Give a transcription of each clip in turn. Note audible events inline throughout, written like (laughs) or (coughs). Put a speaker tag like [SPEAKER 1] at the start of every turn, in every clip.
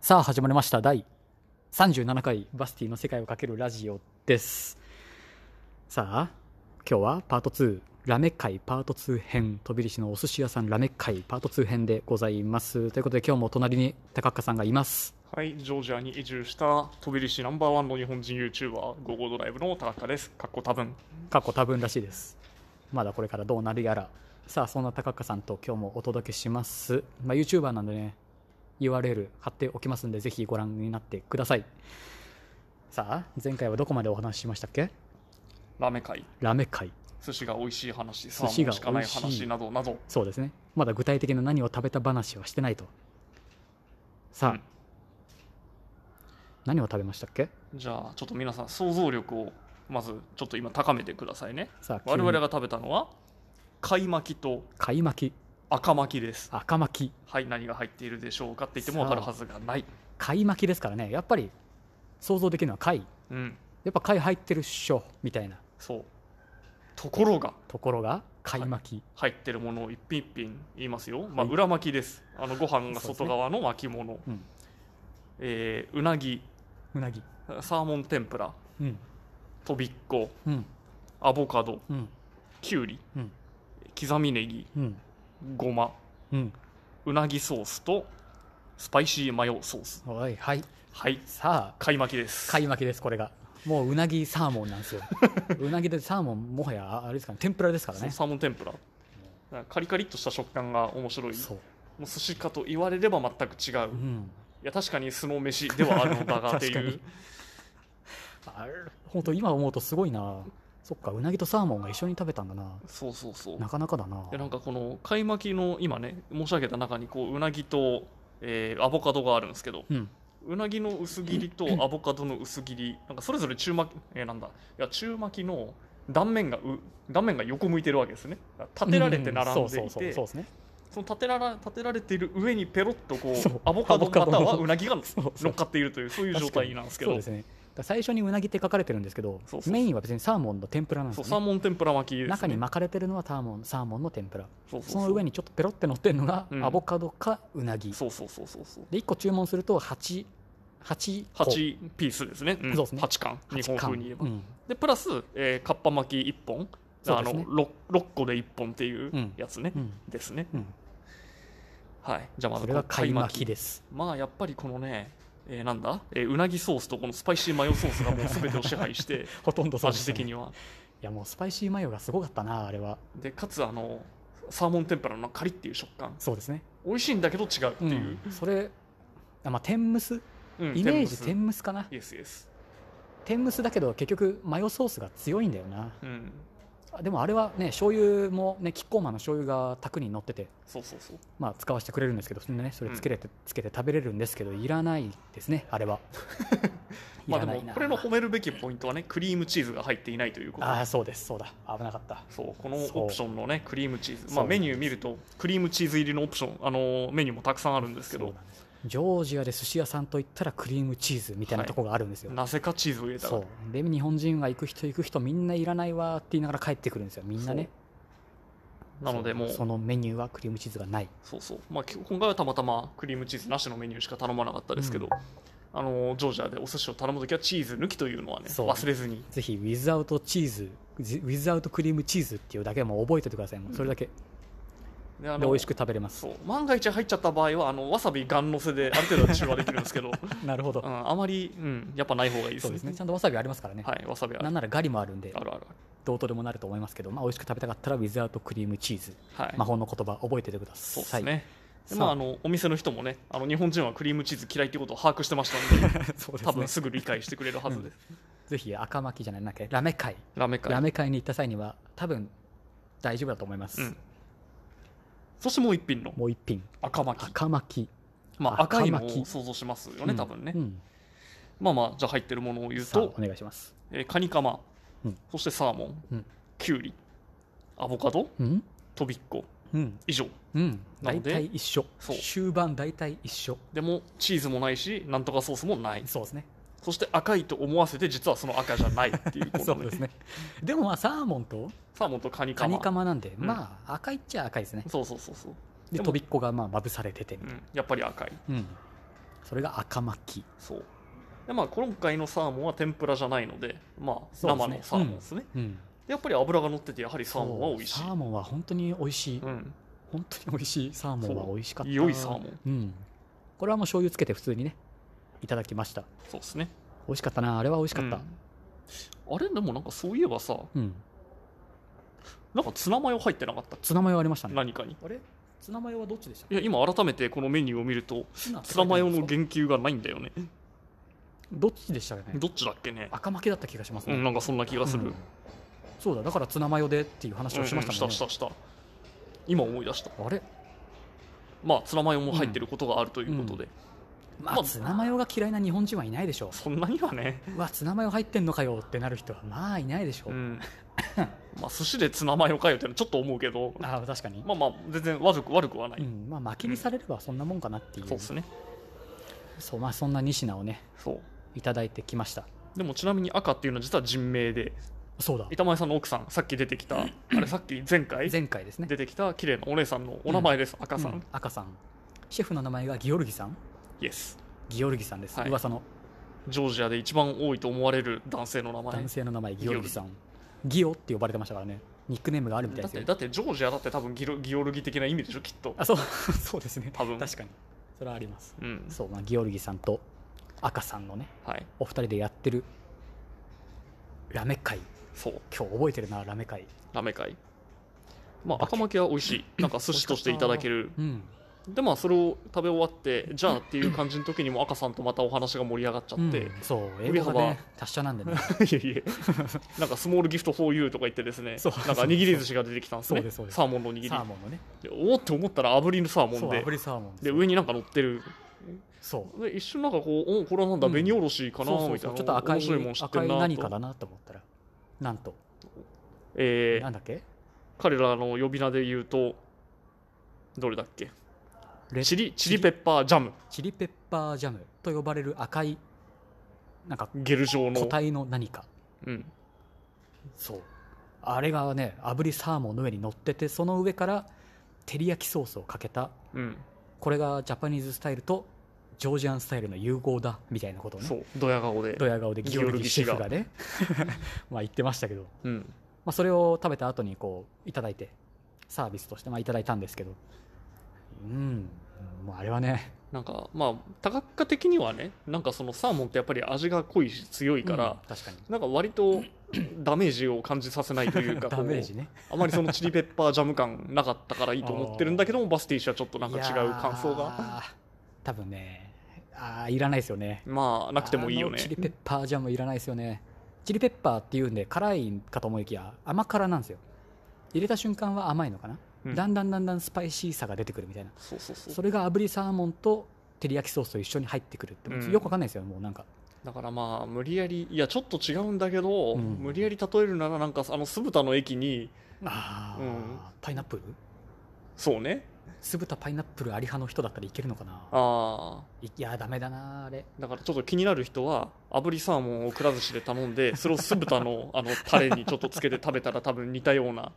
[SPEAKER 1] さあ始まりました第37回バスティの世界をかけるラジオですさあ今日はパート2ラメ会パート2編飛び石のお寿司屋さんラメ会パート2編でございますということで今日も隣に高岡さんがいます
[SPEAKER 2] はい、ジョージアに移住した飛び石ナンバーワンの日本人 YouTuber、ゴーゴードライブの高カです。かっこ多分。
[SPEAKER 1] 過去多分らしいですまだこれからどうなるやらさあそんな高岡さんと今日もお届けします、まあ、YouTuber なんでね URL 貼っておきますんでぜひご覧になってくださいさあ前回はどこまでお話ししましたっけ
[SPEAKER 2] ラメ会、
[SPEAKER 1] ラメ会
[SPEAKER 2] 寿司が美味しい話、サ
[SPEAKER 1] 司
[SPEAKER 2] ーモ
[SPEAKER 1] が
[SPEAKER 2] ンしかない
[SPEAKER 1] 美味しい
[SPEAKER 2] 話などなど。
[SPEAKER 1] そうですねまだ具体的な何を食べた話はしてないとさあ、
[SPEAKER 2] うん
[SPEAKER 1] 何を食べましたっけ
[SPEAKER 2] じゃあ、ちょっと皆さん、想像力をまずちょっと今高めてくださいね。
[SPEAKER 1] さあ
[SPEAKER 2] 我々
[SPEAKER 1] 急に
[SPEAKER 2] が食べたのは、貝巻きと
[SPEAKER 1] 貝巻き
[SPEAKER 2] 赤巻きです。
[SPEAKER 1] 赤巻き
[SPEAKER 2] はい、何が入っているでしょうかって言っても分かるはずがない。
[SPEAKER 1] 貝巻きですからねやっぱり想像できるのは貝
[SPEAKER 2] うん、
[SPEAKER 1] やっぱ貝入ってるっしょみたいな
[SPEAKER 2] そう。ところが、
[SPEAKER 1] ところが貝巻き、
[SPEAKER 2] 入ってるものを一品一品言いますよ、ま
[SPEAKER 1] は
[SPEAKER 2] あ、
[SPEAKER 1] い
[SPEAKER 2] 裏巻きですあのご飯が
[SPEAKER 1] そうですね
[SPEAKER 2] 外側の巻物う,、
[SPEAKER 1] うん
[SPEAKER 2] えーうなぎ
[SPEAKER 1] うなぎ
[SPEAKER 2] サーモン天ぷら
[SPEAKER 1] うん
[SPEAKER 2] とびっこ
[SPEAKER 1] うん
[SPEAKER 2] アボカド
[SPEAKER 1] うん
[SPEAKER 2] きゅうり
[SPEAKER 1] うん
[SPEAKER 2] 刻みネギ
[SPEAKER 1] うん
[SPEAKER 2] ごま
[SPEAKER 1] うん
[SPEAKER 2] うなぎソースとスパイシーマヨソース
[SPEAKER 1] おいはい
[SPEAKER 2] はい
[SPEAKER 1] さあ
[SPEAKER 2] 貝巻きです
[SPEAKER 1] 貝巻きですこれがもううなぎサーモンなんです
[SPEAKER 2] (laughs)
[SPEAKER 1] ようなぎでサーモンもはやああれですかね天ぷらですから
[SPEAKER 2] そう
[SPEAKER 1] ね
[SPEAKER 2] サーモン天ぷらなんかカリカリっとした食感が面白いも
[SPEAKER 1] そう、
[SPEAKER 2] う寿司かと言われれば全く違
[SPEAKER 1] う
[SPEAKER 2] う、い
[SPEAKER 1] ん、
[SPEAKER 2] や確かに素の飯ではあるのだがって
[SPEAKER 1] 確か
[SPEAKER 2] い
[SPEAKER 1] に
[SPEAKER 2] う
[SPEAKER 1] あれ本当今思うとすごいなそっかうなぎとサーモンが一緒に食べたんだな
[SPEAKER 2] そうそうそう
[SPEAKER 1] なかなかだな
[SPEAKER 2] でなんかこの貝巻きの今ね申し上げた中にこううなぎと、えーアボカドがあるんですけど
[SPEAKER 1] うん
[SPEAKER 2] うなぎの薄切り
[SPEAKER 1] (laughs)
[SPEAKER 2] とアボカドの薄切りなんかそれぞれ中巻き、えーなんだいや中巻きの断面がう断面が横向いてるわけですねだから立てられて並んで
[SPEAKER 1] う
[SPEAKER 2] い
[SPEAKER 1] そうそう
[SPEAKER 2] て
[SPEAKER 1] そう
[SPEAKER 2] そ
[SPEAKER 1] ですね
[SPEAKER 2] (laughs) の立てらら立てられている上にペロッとこ
[SPEAKER 1] そう
[SPEAKER 2] うアボカ
[SPEAKER 1] ア
[SPEAKER 2] ド
[SPEAKER 1] ボカ
[SPEAKER 2] ま
[SPEAKER 1] ド
[SPEAKER 2] た
[SPEAKER 1] の
[SPEAKER 2] はうなぎが乗
[SPEAKER 1] そうそう
[SPEAKER 2] っかっているというそういう状態なんですけ
[SPEAKER 1] そう
[SPEAKER 2] ど
[SPEAKER 1] ですねだから最初にうなぎって書かれてるんですけど
[SPEAKER 2] そうそうそう
[SPEAKER 1] メインは別にサーモンの天ぷらなんです
[SPEAKER 2] そ
[SPEAKER 1] よ
[SPEAKER 2] う
[SPEAKER 1] ね
[SPEAKER 2] サーモン天ぷら巻きです、ね、
[SPEAKER 1] 中に巻かれてるのはサーモンサーモンの天ぷら
[SPEAKER 2] そうそ
[SPEAKER 1] そ
[SPEAKER 2] うそう
[SPEAKER 1] の上にちょっとペロって乗ってるのが
[SPEAKER 2] うん
[SPEAKER 1] アボカドかうなぎ、
[SPEAKER 2] そうそうそうそうそう
[SPEAKER 1] で1個注文すると8八個
[SPEAKER 2] 8ピースですね、うん、
[SPEAKER 1] そうですね
[SPEAKER 2] 8巻日
[SPEAKER 1] 八貫
[SPEAKER 2] 本風に言えば
[SPEAKER 1] う。ん
[SPEAKER 2] でプラス、えー、かっぱ巻き1本
[SPEAKER 1] そう
[SPEAKER 2] あ
[SPEAKER 1] です
[SPEAKER 2] の
[SPEAKER 1] ね
[SPEAKER 2] 6, 6個で1本っていう
[SPEAKER 1] うん
[SPEAKER 2] やつね、
[SPEAKER 1] うん
[SPEAKER 2] ですね
[SPEAKER 1] うん
[SPEAKER 2] はいじゃあまず
[SPEAKER 1] それが
[SPEAKER 2] こう
[SPEAKER 1] 貝巻きです
[SPEAKER 2] まあやっぱりこのね、えーなんだ、えーうなぎソースとこのスパイシーマヨソースがもう全てを支配して
[SPEAKER 1] ほとん (laughs) どそうで
[SPEAKER 2] 味
[SPEAKER 1] す、ね、
[SPEAKER 2] 的
[SPEAKER 1] い
[SPEAKER 2] には
[SPEAKER 1] やもうスパイシーマヨがすごかったなあれは
[SPEAKER 2] でかつあのサーモン天ぷらのカリっていう食感
[SPEAKER 1] そうですね、
[SPEAKER 2] 美味しいんだけど違うって
[SPEAKER 1] う
[SPEAKER 2] いう、
[SPEAKER 1] ん、それあまあ天むす
[SPEAKER 2] うん
[SPEAKER 1] イメージ
[SPEAKER 2] 天む
[SPEAKER 1] 天むすかな
[SPEAKER 2] すイエスイエス
[SPEAKER 1] 天むすだけど結局マヨソースが強いんだよな
[SPEAKER 2] うん
[SPEAKER 1] あでもあれはね醤油もねキッコーマンの醤油が卓に乗ってて
[SPEAKER 2] そうそうそう
[SPEAKER 1] まあ使わせてくれるんですけどそれ,、ね、それつけれて、つけて食べれるんですけどいらないですねあれはい
[SPEAKER 2] (laughs) まあ
[SPEAKER 1] ら
[SPEAKER 2] で
[SPEAKER 1] ない
[SPEAKER 2] も
[SPEAKER 1] な
[SPEAKER 2] これの褒めるべきポイントはねクリームチーズが入っていないということ
[SPEAKER 1] ああそうですそうだ危なかった
[SPEAKER 2] そうこの
[SPEAKER 1] そう
[SPEAKER 2] オプションのねクリームチー
[SPEAKER 1] そ
[SPEAKER 2] ズ、
[SPEAKER 1] う
[SPEAKER 2] ま
[SPEAKER 1] な
[SPEAKER 2] あ、
[SPEAKER 1] んです
[SPEAKER 2] メニュー見るとクリームチーズ入りのオプションあのーメニューもたくさんあるんですけ
[SPEAKER 1] そう
[SPEAKER 2] ど
[SPEAKER 1] なんですジョージアで寿司屋さんといったらクリームチーズみたいなとこがあるんですよ、
[SPEAKER 2] なぜかチーズを入れたら
[SPEAKER 1] そうで日本人が行く人行く人みんないらないわーって言いながら帰ってくるんですよみんなね
[SPEAKER 2] なのでもう
[SPEAKER 1] そ
[SPEAKER 2] そう
[SPEAKER 1] のメニューはクリームチーズがない
[SPEAKER 2] そうまあ、き今回はたまたまクリームチーズなしのメニューしか頼まなかったですけど、
[SPEAKER 1] うん
[SPEAKER 2] あのージョージアでお寿司を頼むときはチーズ抜きというのはね
[SPEAKER 1] そう
[SPEAKER 2] 忘れずに
[SPEAKER 1] ぜひウィズアウトチーズウィズアウトクリームチーズっていうだけはもう覚えておいてくださいもうそれだけ
[SPEAKER 2] であ
[SPEAKER 1] で
[SPEAKER 2] の
[SPEAKER 1] 美味しく食べれます
[SPEAKER 2] そう万が一入っちゃった場合はあのわさびガンのせである程度は中和できるんです
[SPEAKER 1] (laughs)
[SPEAKER 2] けど、
[SPEAKER 1] (laughs) なるほど
[SPEAKER 2] うん、あまり、うん、やっぱない方がいいです
[SPEAKER 1] そう
[SPEAKER 2] ね
[SPEAKER 1] ですねちゃんとわさびありますからね、
[SPEAKER 2] はいわさびある
[SPEAKER 1] なんならガリもあるんで
[SPEAKER 2] あるある
[SPEAKER 1] どうとでもなると思いますけど、まあ、美味しく食べたかったらウィズアウトクリームチーズ、
[SPEAKER 2] はい
[SPEAKER 1] 魔法の言葉覚えててください
[SPEAKER 2] そ
[SPEAKER 1] う
[SPEAKER 2] ですね、
[SPEAKER 1] さ
[SPEAKER 2] で
[SPEAKER 1] あ
[SPEAKER 2] まあ、あのお店の人もねあの日本人はクリームチーズ嫌いってことを把握してました
[SPEAKER 1] (laughs)
[SPEAKER 2] ので
[SPEAKER 1] そうですね
[SPEAKER 2] 多分すぐ理解してくれるはずです、
[SPEAKER 1] ぜひ赤巻きじゃないなんだっけラメ会
[SPEAKER 2] ラメ会
[SPEAKER 1] ラメ会に行った際には多分大丈夫だと思います、
[SPEAKER 2] うんそしてもう一品の
[SPEAKER 1] もう一品
[SPEAKER 2] 赤巻き、
[SPEAKER 1] 赤巻き
[SPEAKER 2] まあ、
[SPEAKER 1] 赤
[SPEAKER 2] 赤
[SPEAKER 1] 巻
[SPEAKER 2] い
[SPEAKER 1] き
[SPEAKER 2] のを想像しますよね、多分ね、
[SPEAKER 1] うん
[SPEAKER 2] まあまあじゃあ入ってるものを言う
[SPEAKER 1] さあお
[SPEAKER 2] と、
[SPEAKER 1] 願いします
[SPEAKER 2] えーカニカマ、
[SPEAKER 1] うん
[SPEAKER 2] そしてサーモン、
[SPEAKER 1] うん
[SPEAKER 2] キュウリアボカド
[SPEAKER 1] うん
[SPEAKER 2] とびっこ
[SPEAKER 1] うん
[SPEAKER 2] 以上
[SPEAKER 1] うん
[SPEAKER 2] な
[SPEAKER 1] 大
[SPEAKER 2] ので
[SPEAKER 1] 体一緒
[SPEAKER 2] そう
[SPEAKER 1] 終盤大体一緒
[SPEAKER 2] でもチーズもないしなんとかソースもない
[SPEAKER 1] そうですね
[SPEAKER 2] そして赤いと思わせて実はその赤じゃないって
[SPEAKER 1] (laughs)
[SPEAKER 2] いうこ
[SPEAKER 1] (laughs) そ
[SPEAKER 2] と
[SPEAKER 1] うですねでもまあサーモンと
[SPEAKER 2] サーモンとカニカ
[SPEAKER 1] カ
[SPEAKER 2] マ
[SPEAKER 1] ニカマなんで、
[SPEAKER 2] うん
[SPEAKER 1] まあ赤いっちゃ赤いですね
[SPEAKER 2] そうそうそうそう
[SPEAKER 1] で
[SPEAKER 2] でも
[SPEAKER 1] とびっこがまあまぶされてて
[SPEAKER 2] うん、やっぱり赤い
[SPEAKER 1] うんそれが赤巻き
[SPEAKER 2] そうでまあ今回のサーモンは天ぷらじゃないのでまあ
[SPEAKER 1] そうです
[SPEAKER 2] 生
[SPEAKER 1] ね
[SPEAKER 2] のサーモンですね
[SPEAKER 1] うん
[SPEAKER 2] でやっぱり脂が乗っててやはりサーモンは美味しい
[SPEAKER 1] そうサーモンは本当に美味しい、
[SPEAKER 2] うん
[SPEAKER 1] 本当に美味しいサーモンは美味しかった
[SPEAKER 2] 良いサーモン
[SPEAKER 1] うんこれはもう醤油つけて普通にねいただきました
[SPEAKER 2] そうですね
[SPEAKER 1] 美味しかったなあれは美味しかった
[SPEAKER 2] うんあれでもなんかそういえばさ
[SPEAKER 1] うん、
[SPEAKER 2] なんかツナマヨ入ってなかった
[SPEAKER 1] ツナマヨありましたね
[SPEAKER 2] 何かに
[SPEAKER 1] あれツナマヨはどっちでした
[SPEAKER 2] いや今改めてこのメニューを見ると
[SPEAKER 1] ツナ
[SPEAKER 2] ツナマヨの言及がないんだよね
[SPEAKER 1] どっちでしたかね
[SPEAKER 2] どっちだっけね
[SPEAKER 1] 赤巻きだった気がします
[SPEAKER 2] う
[SPEAKER 1] ね、
[SPEAKER 2] んなんかそんな気がす
[SPEAKER 1] う
[SPEAKER 2] る
[SPEAKER 1] んそうだだからツナマヨでっていう話をしました
[SPEAKER 2] う
[SPEAKER 1] もん
[SPEAKER 2] んうん
[SPEAKER 1] ね
[SPEAKER 2] し、たした今思い出した
[SPEAKER 1] あれ
[SPEAKER 2] まあツナマヨも入ってることがあるということで、
[SPEAKER 1] ま
[SPEAKER 2] ま
[SPEAKER 1] あ
[SPEAKER 2] あ
[SPEAKER 1] ツナマヨが嫌いな日本人はいないでしょ
[SPEAKER 2] そんなにはね、
[SPEAKER 1] ううわツナマヨ入ってんのかよってなる人はまあいないでしょ
[SPEAKER 2] う
[SPEAKER 1] う、 (laughs)
[SPEAKER 2] ん、まあ寿司でツナマヨかよってのはちょっと思うけど
[SPEAKER 1] ああ確かに、
[SPEAKER 2] まあまあ全然悪く悪くはない、
[SPEAKER 1] うんまあ巻きにされればそんなもんかなっていう、
[SPEAKER 2] そうですね
[SPEAKER 1] そうまあそんな2品をね
[SPEAKER 2] そう
[SPEAKER 1] いただいてきました
[SPEAKER 2] でもちなみに赤っていうのは実は人名で
[SPEAKER 1] そうだ
[SPEAKER 2] 板前さんの奥さんさっき出て
[SPEAKER 1] (laughs)
[SPEAKER 2] きたあれさっき前回
[SPEAKER 1] 前回ですね
[SPEAKER 2] 出てきた綺麗なお姉さんのお名前です、赤さん、
[SPEAKER 1] うん赤さんシェフの名前がギオルギさん
[SPEAKER 2] イエス
[SPEAKER 1] ギオルギさんです、
[SPEAKER 2] はい
[SPEAKER 1] 噂の
[SPEAKER 2] ジョージアで一番多いと思われる男性の名前
[SPEAKER 1] 男性の名前ギオルギさんギオって呼ばれてましたからねニックネームがあるみたいで
[SPEAKER 2] だっ
[SPEAKER 1] す
[SPEAKER 2] て
[SPEAKER 1] よ
[SPEAKER 2] だってジョージアだって多分ギロギオルギ的な意味でしょきっと
[SPEAKER 1] あそう (laughs) そうですね
[SPEAKER 2] 多分
[SPEAKER 1] 確かにそれはあります
[SPEAKER 2] うん
[SPEAKER 1] そう、まあ、ギオルギさんと赤さんのね
[SPEAKER 2] はい
[SPEAKER 1] お二人でやってるラメ会
[SPEAKER 2] そう
[SPEAKER 1] 今日覚えてるなラメ会
[SPEAKER 2] ラメ会まあ赤巻きは美味しいなんか寿司としていただける
[SPEAKER 1] うん
[SPEAKER 2] でまあそれを食べ終わってじゃあっていう感じの時にも赤さんとまたお話が盛り上がっちゃって、 (laughs)
[SPEAKER 1] うんそう英語が
[SPEAKER 2] 上
[SPEAKER 1] ね
[SPEAKER 2] 幅
[SPEAKER 1] 達者なんでね
[SPEAKER 2] いえいえなんかスモールギフト for you とか言ってですね
[SPEAKER 1] そう
[SPEAKER 2] なんか握り寿司が出てきたんですね
[SPEAKER 1] そうですそうです
[SPEAKER 2] サーモンの握り
[SPEAKER 1] サーモンのね
[SPEAKER 2] でおーって思ったら炙りのサーモ
[SPEAKER 1] そ
[SPEAKER 2] ン
[SPEAKER 1] う
[SPEAKER 2] で
[SPEAKER 1] 炙りサーモン
[SPEAKER 2] で上になんか乗ってる
[SPEAKER 1] そう
[SPEAKER 2] で一瞬なんかこうおこれはなんだ
[SPEAKER 1] うん
[SPEAKER 2] 紅おろしかな
[SPEAKER 1] そうそう
[SPEAKER 2] みた
[SPEAKER 1] そ
[SPEAKER 2] いな、
[SPEAKER 1] うちょっと赤い
[SPEAKER 2] 面白いもん知って
[SPEAKER 1] 赤
[SPEAKER 2] ん
[SPEAKER 1] い
[SPEAKER 2] なと
[SPEAKER 1] 何かだなと思ったらなんと
[SPEAKER 2] え
[SPEAKER 1] な
[SPEAKER 2] ー
[SPEAKER 1] んだっけ
[SPEAKER 2] 彼らの呼び名で言うとどれだっけ
[SPEAKER 1] レ
[SPEAKER 2] チリチリペッパージャム
[SPEAKER 1] チリペッパージャムと呼ばれる赤いなんか
[SPEAKER 2] ゲル状の
[SPEAKER 1] 個体の何か
[SPEAKER 2] うん、
[SPEAKER 1] そうあれがね炙りサーモンの上に乗っててその上から照り焼きソースをかけた
[SPEAKER 2] うん、
[SPEAKER 1] これがジャパニーズスタイルとジョージアンスタイルの融合だみたいなことをね
[SPEAKER 2] そうドヤ顔で
[SPEAKER 1] ド、ヤ顔でギオルギシェフがね (laughs) まあ言ってましたけど、ま
[SPEAKER 2] うん、
[SPEAKER 1] あ、それを食べた後にこういただいてサービスとしてまあいただいたんですけどうんもうあれはね
[SPEAKER 2] なんかまあ多角化的にはねなんかそのサーモンってやっぱり味が濃いし強いから、
[SPEAKER 1] うん確かに
[SPEAKER 2] なんか割と (coughs) ダメージを感じさせない
[SPEAKER 1] (laughs)
[SPEAKER 2] というかこ
[SPEAKER 1] ダ
[SPEAKER 2] う
[SPEAKER 1] メージね
[SPEAKER 2] あまりそのチリペッパージャム感なかったからいいと思ってるんだけどもバスティッシュはちょっとなんか違う感想
[SPEAKER 1] いや
[SPEAKER 2] が
[SPEAKER 1] ー多分ねあーいらないですよね
[SPEAKER 2] まあなくてもいいよ
[SPEAKER 1] あのチリ
[SPEAKER 2] ね
[SPEAKER 1] ペッパージャムいらないですよねチリペッパーっていうんで辛いかと思いきや甘辛なんですよ入れた瞬間は甘いのかな、
[SPEAKER 2] うん
[SPEAKER 1] だんだんだんだんスパイシーさが出てくるみたいな
[SPEAKER 2] そうそうそう
[SPEAKER 1] それが炙りサーモンと照り焼きソースと一緒に入ってくるって、
[SPEAKER 2] うん
[SPEAKER 1] よくわかんないですよもうなんか
[SPEAKER 2] だからまあ無理やりいやちょっと違うんだけど、
[SPEAKER 1] うん
[SPEAKER 2] 無理やり例えるならなんかあの酢豚の駅に
[SPEAKER 1] あー、
[SPEAKER 2] うん
[SPEAKER 1] パイナップル
[SPEAKER 2] そうね
[SPEAKER 1] 酢豚パイナップルあり派の人だったらいけるのかな
[SPEAKER 2] ああ
[SPEAKER 1] いいやダメだなあれ (laughs)
[SPEAKER 2] だからちょっと気になる人は炙りサーモンをくら寿司で頼んでそれを酢豚
[SPEAKER 1] (laughs)
[SPEAKER 2] のあのタレにちょっとつけて食べたら多分似たような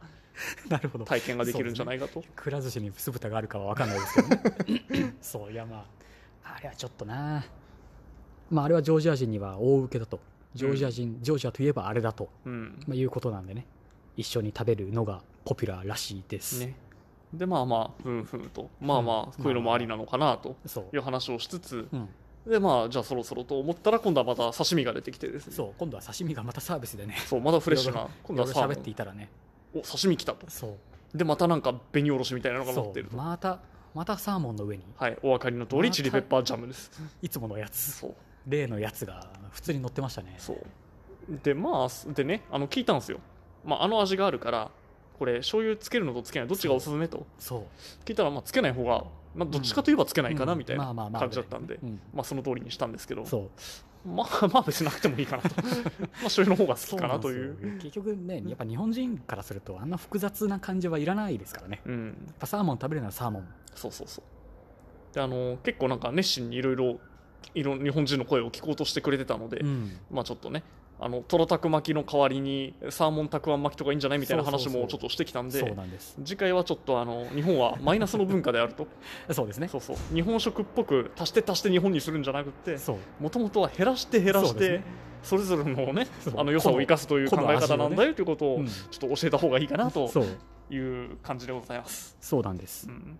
[SPEAKER 1] なるほど
[SPEAKER 2] 体験ができるんじゃないかと、
[SPEAKER 1] くら寿司に酢豚があるかはわかんないですけどね
[SPEAKER 2] (laughs)
[SPEAKER 1] そういやまああれはちょっとなまああれはジョージア人には大受けだとジョージア人、ジョージアといえばあれだと、
[SPEAKER 2] うん
[SPEAKER 1] まあ、いうことなんでね一緒に食べるのがポピュラーらしいです、
[SPEAKER 2] ね、でまあまあふんふんとまあまあこういうのもありなのかなと
[SPEAKER 1] そう
[SPEAKER 2] い、う話をしつつ
[SPEAKER 1] うん、
[SPEAKER 2] でまあじゃあそろそろと思ったら今度はまた刺身が出てきてですね
[SPEAKER 1] そう今度は刺身がまたサービスでね
[SPEAKER 2] そうまだフレッシ
[SPEAKER 1] い
[SPEAKER 2] ュ
[SPEAKER 1] ろ
[SPEAKER 2] ない
[SPEAKER 1] ろ
[SPEAKER 2] 今度はいサ
[SPEAKER 1] ろい
[SPEAKER 2] ー
[SPEAKER 1] ろ喋
[SPEAKER 2] モ
[SPEAKER 1] って
[SPEAKER 2] ン
[SPEAKER 1] いたらね
[SPEAKER 2] お刺身来たと
[SPEAKER 1] そう
[SPEAKER 2] でまたなんか紅おろしみたいなのが乗
[SPEAKER 1] そ
[SPEAKER 2] ってる
[SPEAKER 1] う
[SPEAKER 2] と、
[SPEAKER 1] またまたサーモンの上に
[SPEAKER 2] はいお分かりの通
[SPEAKER 1] ま
[SPEAKER 2] り
[SPEAKER 1] た
[SPEAKER 2] チリペッパージャムです
[SPEAKER 1] いつものやつ
[SPEAKER 2] そう
[SPEAKER 1] 例のやつが普通に乗ってましたね
[SPEAKER 2] そうでまあでねあの聞いたんですよ、まあ、あの味があるからこれ醤油つけるのとつけないどっちがおすすめと
[SPEAKER 1] そう
[SPEAKER 2] 聞いたらまあつけない方が、まあ、どっちかといえばつけないかな
[SPEAKER 1] うん
[SPEAKER 2] みたいな
[SPEAKER 1] まあまあまあ
[SPEAKER 2] 感じだったんで、
[SPEAKER 1] うん
[SPEAKER 2] まあ、その通りにしたんですけど
[SPEAKER 1] そう
[SPEAKER 2] まあまあ別になくてもいいか
[SPEAKER 1] (laughs)
[SPEAKER 2] なとまあ醤油の方が好きかなという
[SPEAKER 1] そなんですよ結局ねやっぱ日本人からするとあんな複雑な感じはいらないですからねや
[SPEAKER 2] うん
[SPEAKER 1] っぱサーモン食べるならサーモン
[SPEAKER 2] そうそうそうであの結構なんか熱心にいろいろいろ日本人の声を聞こうとしてくれてたので、
[SPEAKER 1] うん
[SPEAKER 2] まあちょっとねあのとろたく巻きの代わりにサーモンたくあん巻きとかいいんじゃないみたいな話
[SPEAKER 1] そうそうそ
[SPEAKER 2] も
[SPEAKER 1] う
[SPEAKER 2] ちょっとしてきたんで
[SPEAKER 1] そうなんです
[SPEAKER 2] 次回はちょっとあの日本はマイナスの文化であると (laughs)
[SPEAKER 1] そうですね
[SPEAKER 2] そうそう日本食っぽく足して足して日本にするんじゃなくて
[SPEAKER 1] そう
[SPEAKER 2] もともとは減らして減ら
[SPEAKER 1] そ
[SPEAKER 2] し
[SPEAKER 1] うです
[SPEAKER 2] て
[SPEAKER 1] ね
[SPEAKER 2] それぞれのね
[SPEAKER 1] そう
[SPEAKER 2] あの良さを生かすという
[SPEAKER 1] 個
[SPEAKER 2] 考
[SPEAKER 1] の
[SPEAKER 2] え方なんだよということ
[SPEAKER 1] う
[SPEAKER 2] を
[SPEAKER 1] ん
[SPEAKER 2] ちょっと教えた方がいいかなと
[SPEAKER 1] そう
[SPEAKER 2] いう感じでございます、
[SPEAKER 1] そうなんです
[SPEAKER 2] うん、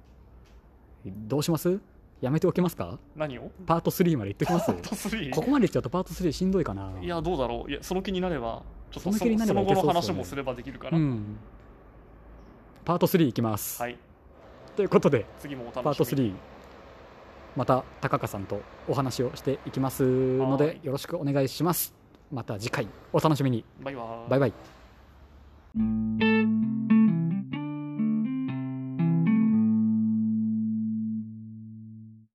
[SPEAKER 1] どうしますやめておきますか
[SPEAKER 2] 何を
[SPEAKER 1] パート3までいっときます
[SPEAKER 2] (laughs) ト3
[SPEAKER 1] ここまでいっちゃうとパート3しんどいかない
[SPEAKER 2] やどうだろういやその気になればちょっ
[SPEAKER 1] そ
[SPEAKER 2] と
[SPEAKER 1] の
[SPEAKER 2] そ
[SPEAKER 1] 気になれ
[SPEAKER 2] のそ
[SPEAKER 1] ば
[SPEAKER 2] の
[SPEAKER 1] いけ
[SPEAKER 2] 後
[SPEAKER 1] そ
[SPEAKER 2] の
[SPEAKER 1] うっすよね
[SPEAKER 2] 話もすればできるか
[SPEAKER 1] う
[SPEAKER 2] な、
[SPEAKER 1] んパート3いきます、
[SPEAKER 2] はい
[SPEAKER 1] ということで
[SPEAKER 2] 次もお楽しみに
[SPEAKER 1] パート3また高香さんとお話をしていきますの
[SPEAKER 2] は
[SPEAKER 1] で
[SPEAKER 2] い
[SPEAKER 1] よろしくお願いしますまた次回お楽しみに
[SPEAKER 2] バイバイ
[SPEAKER 1] バイバイ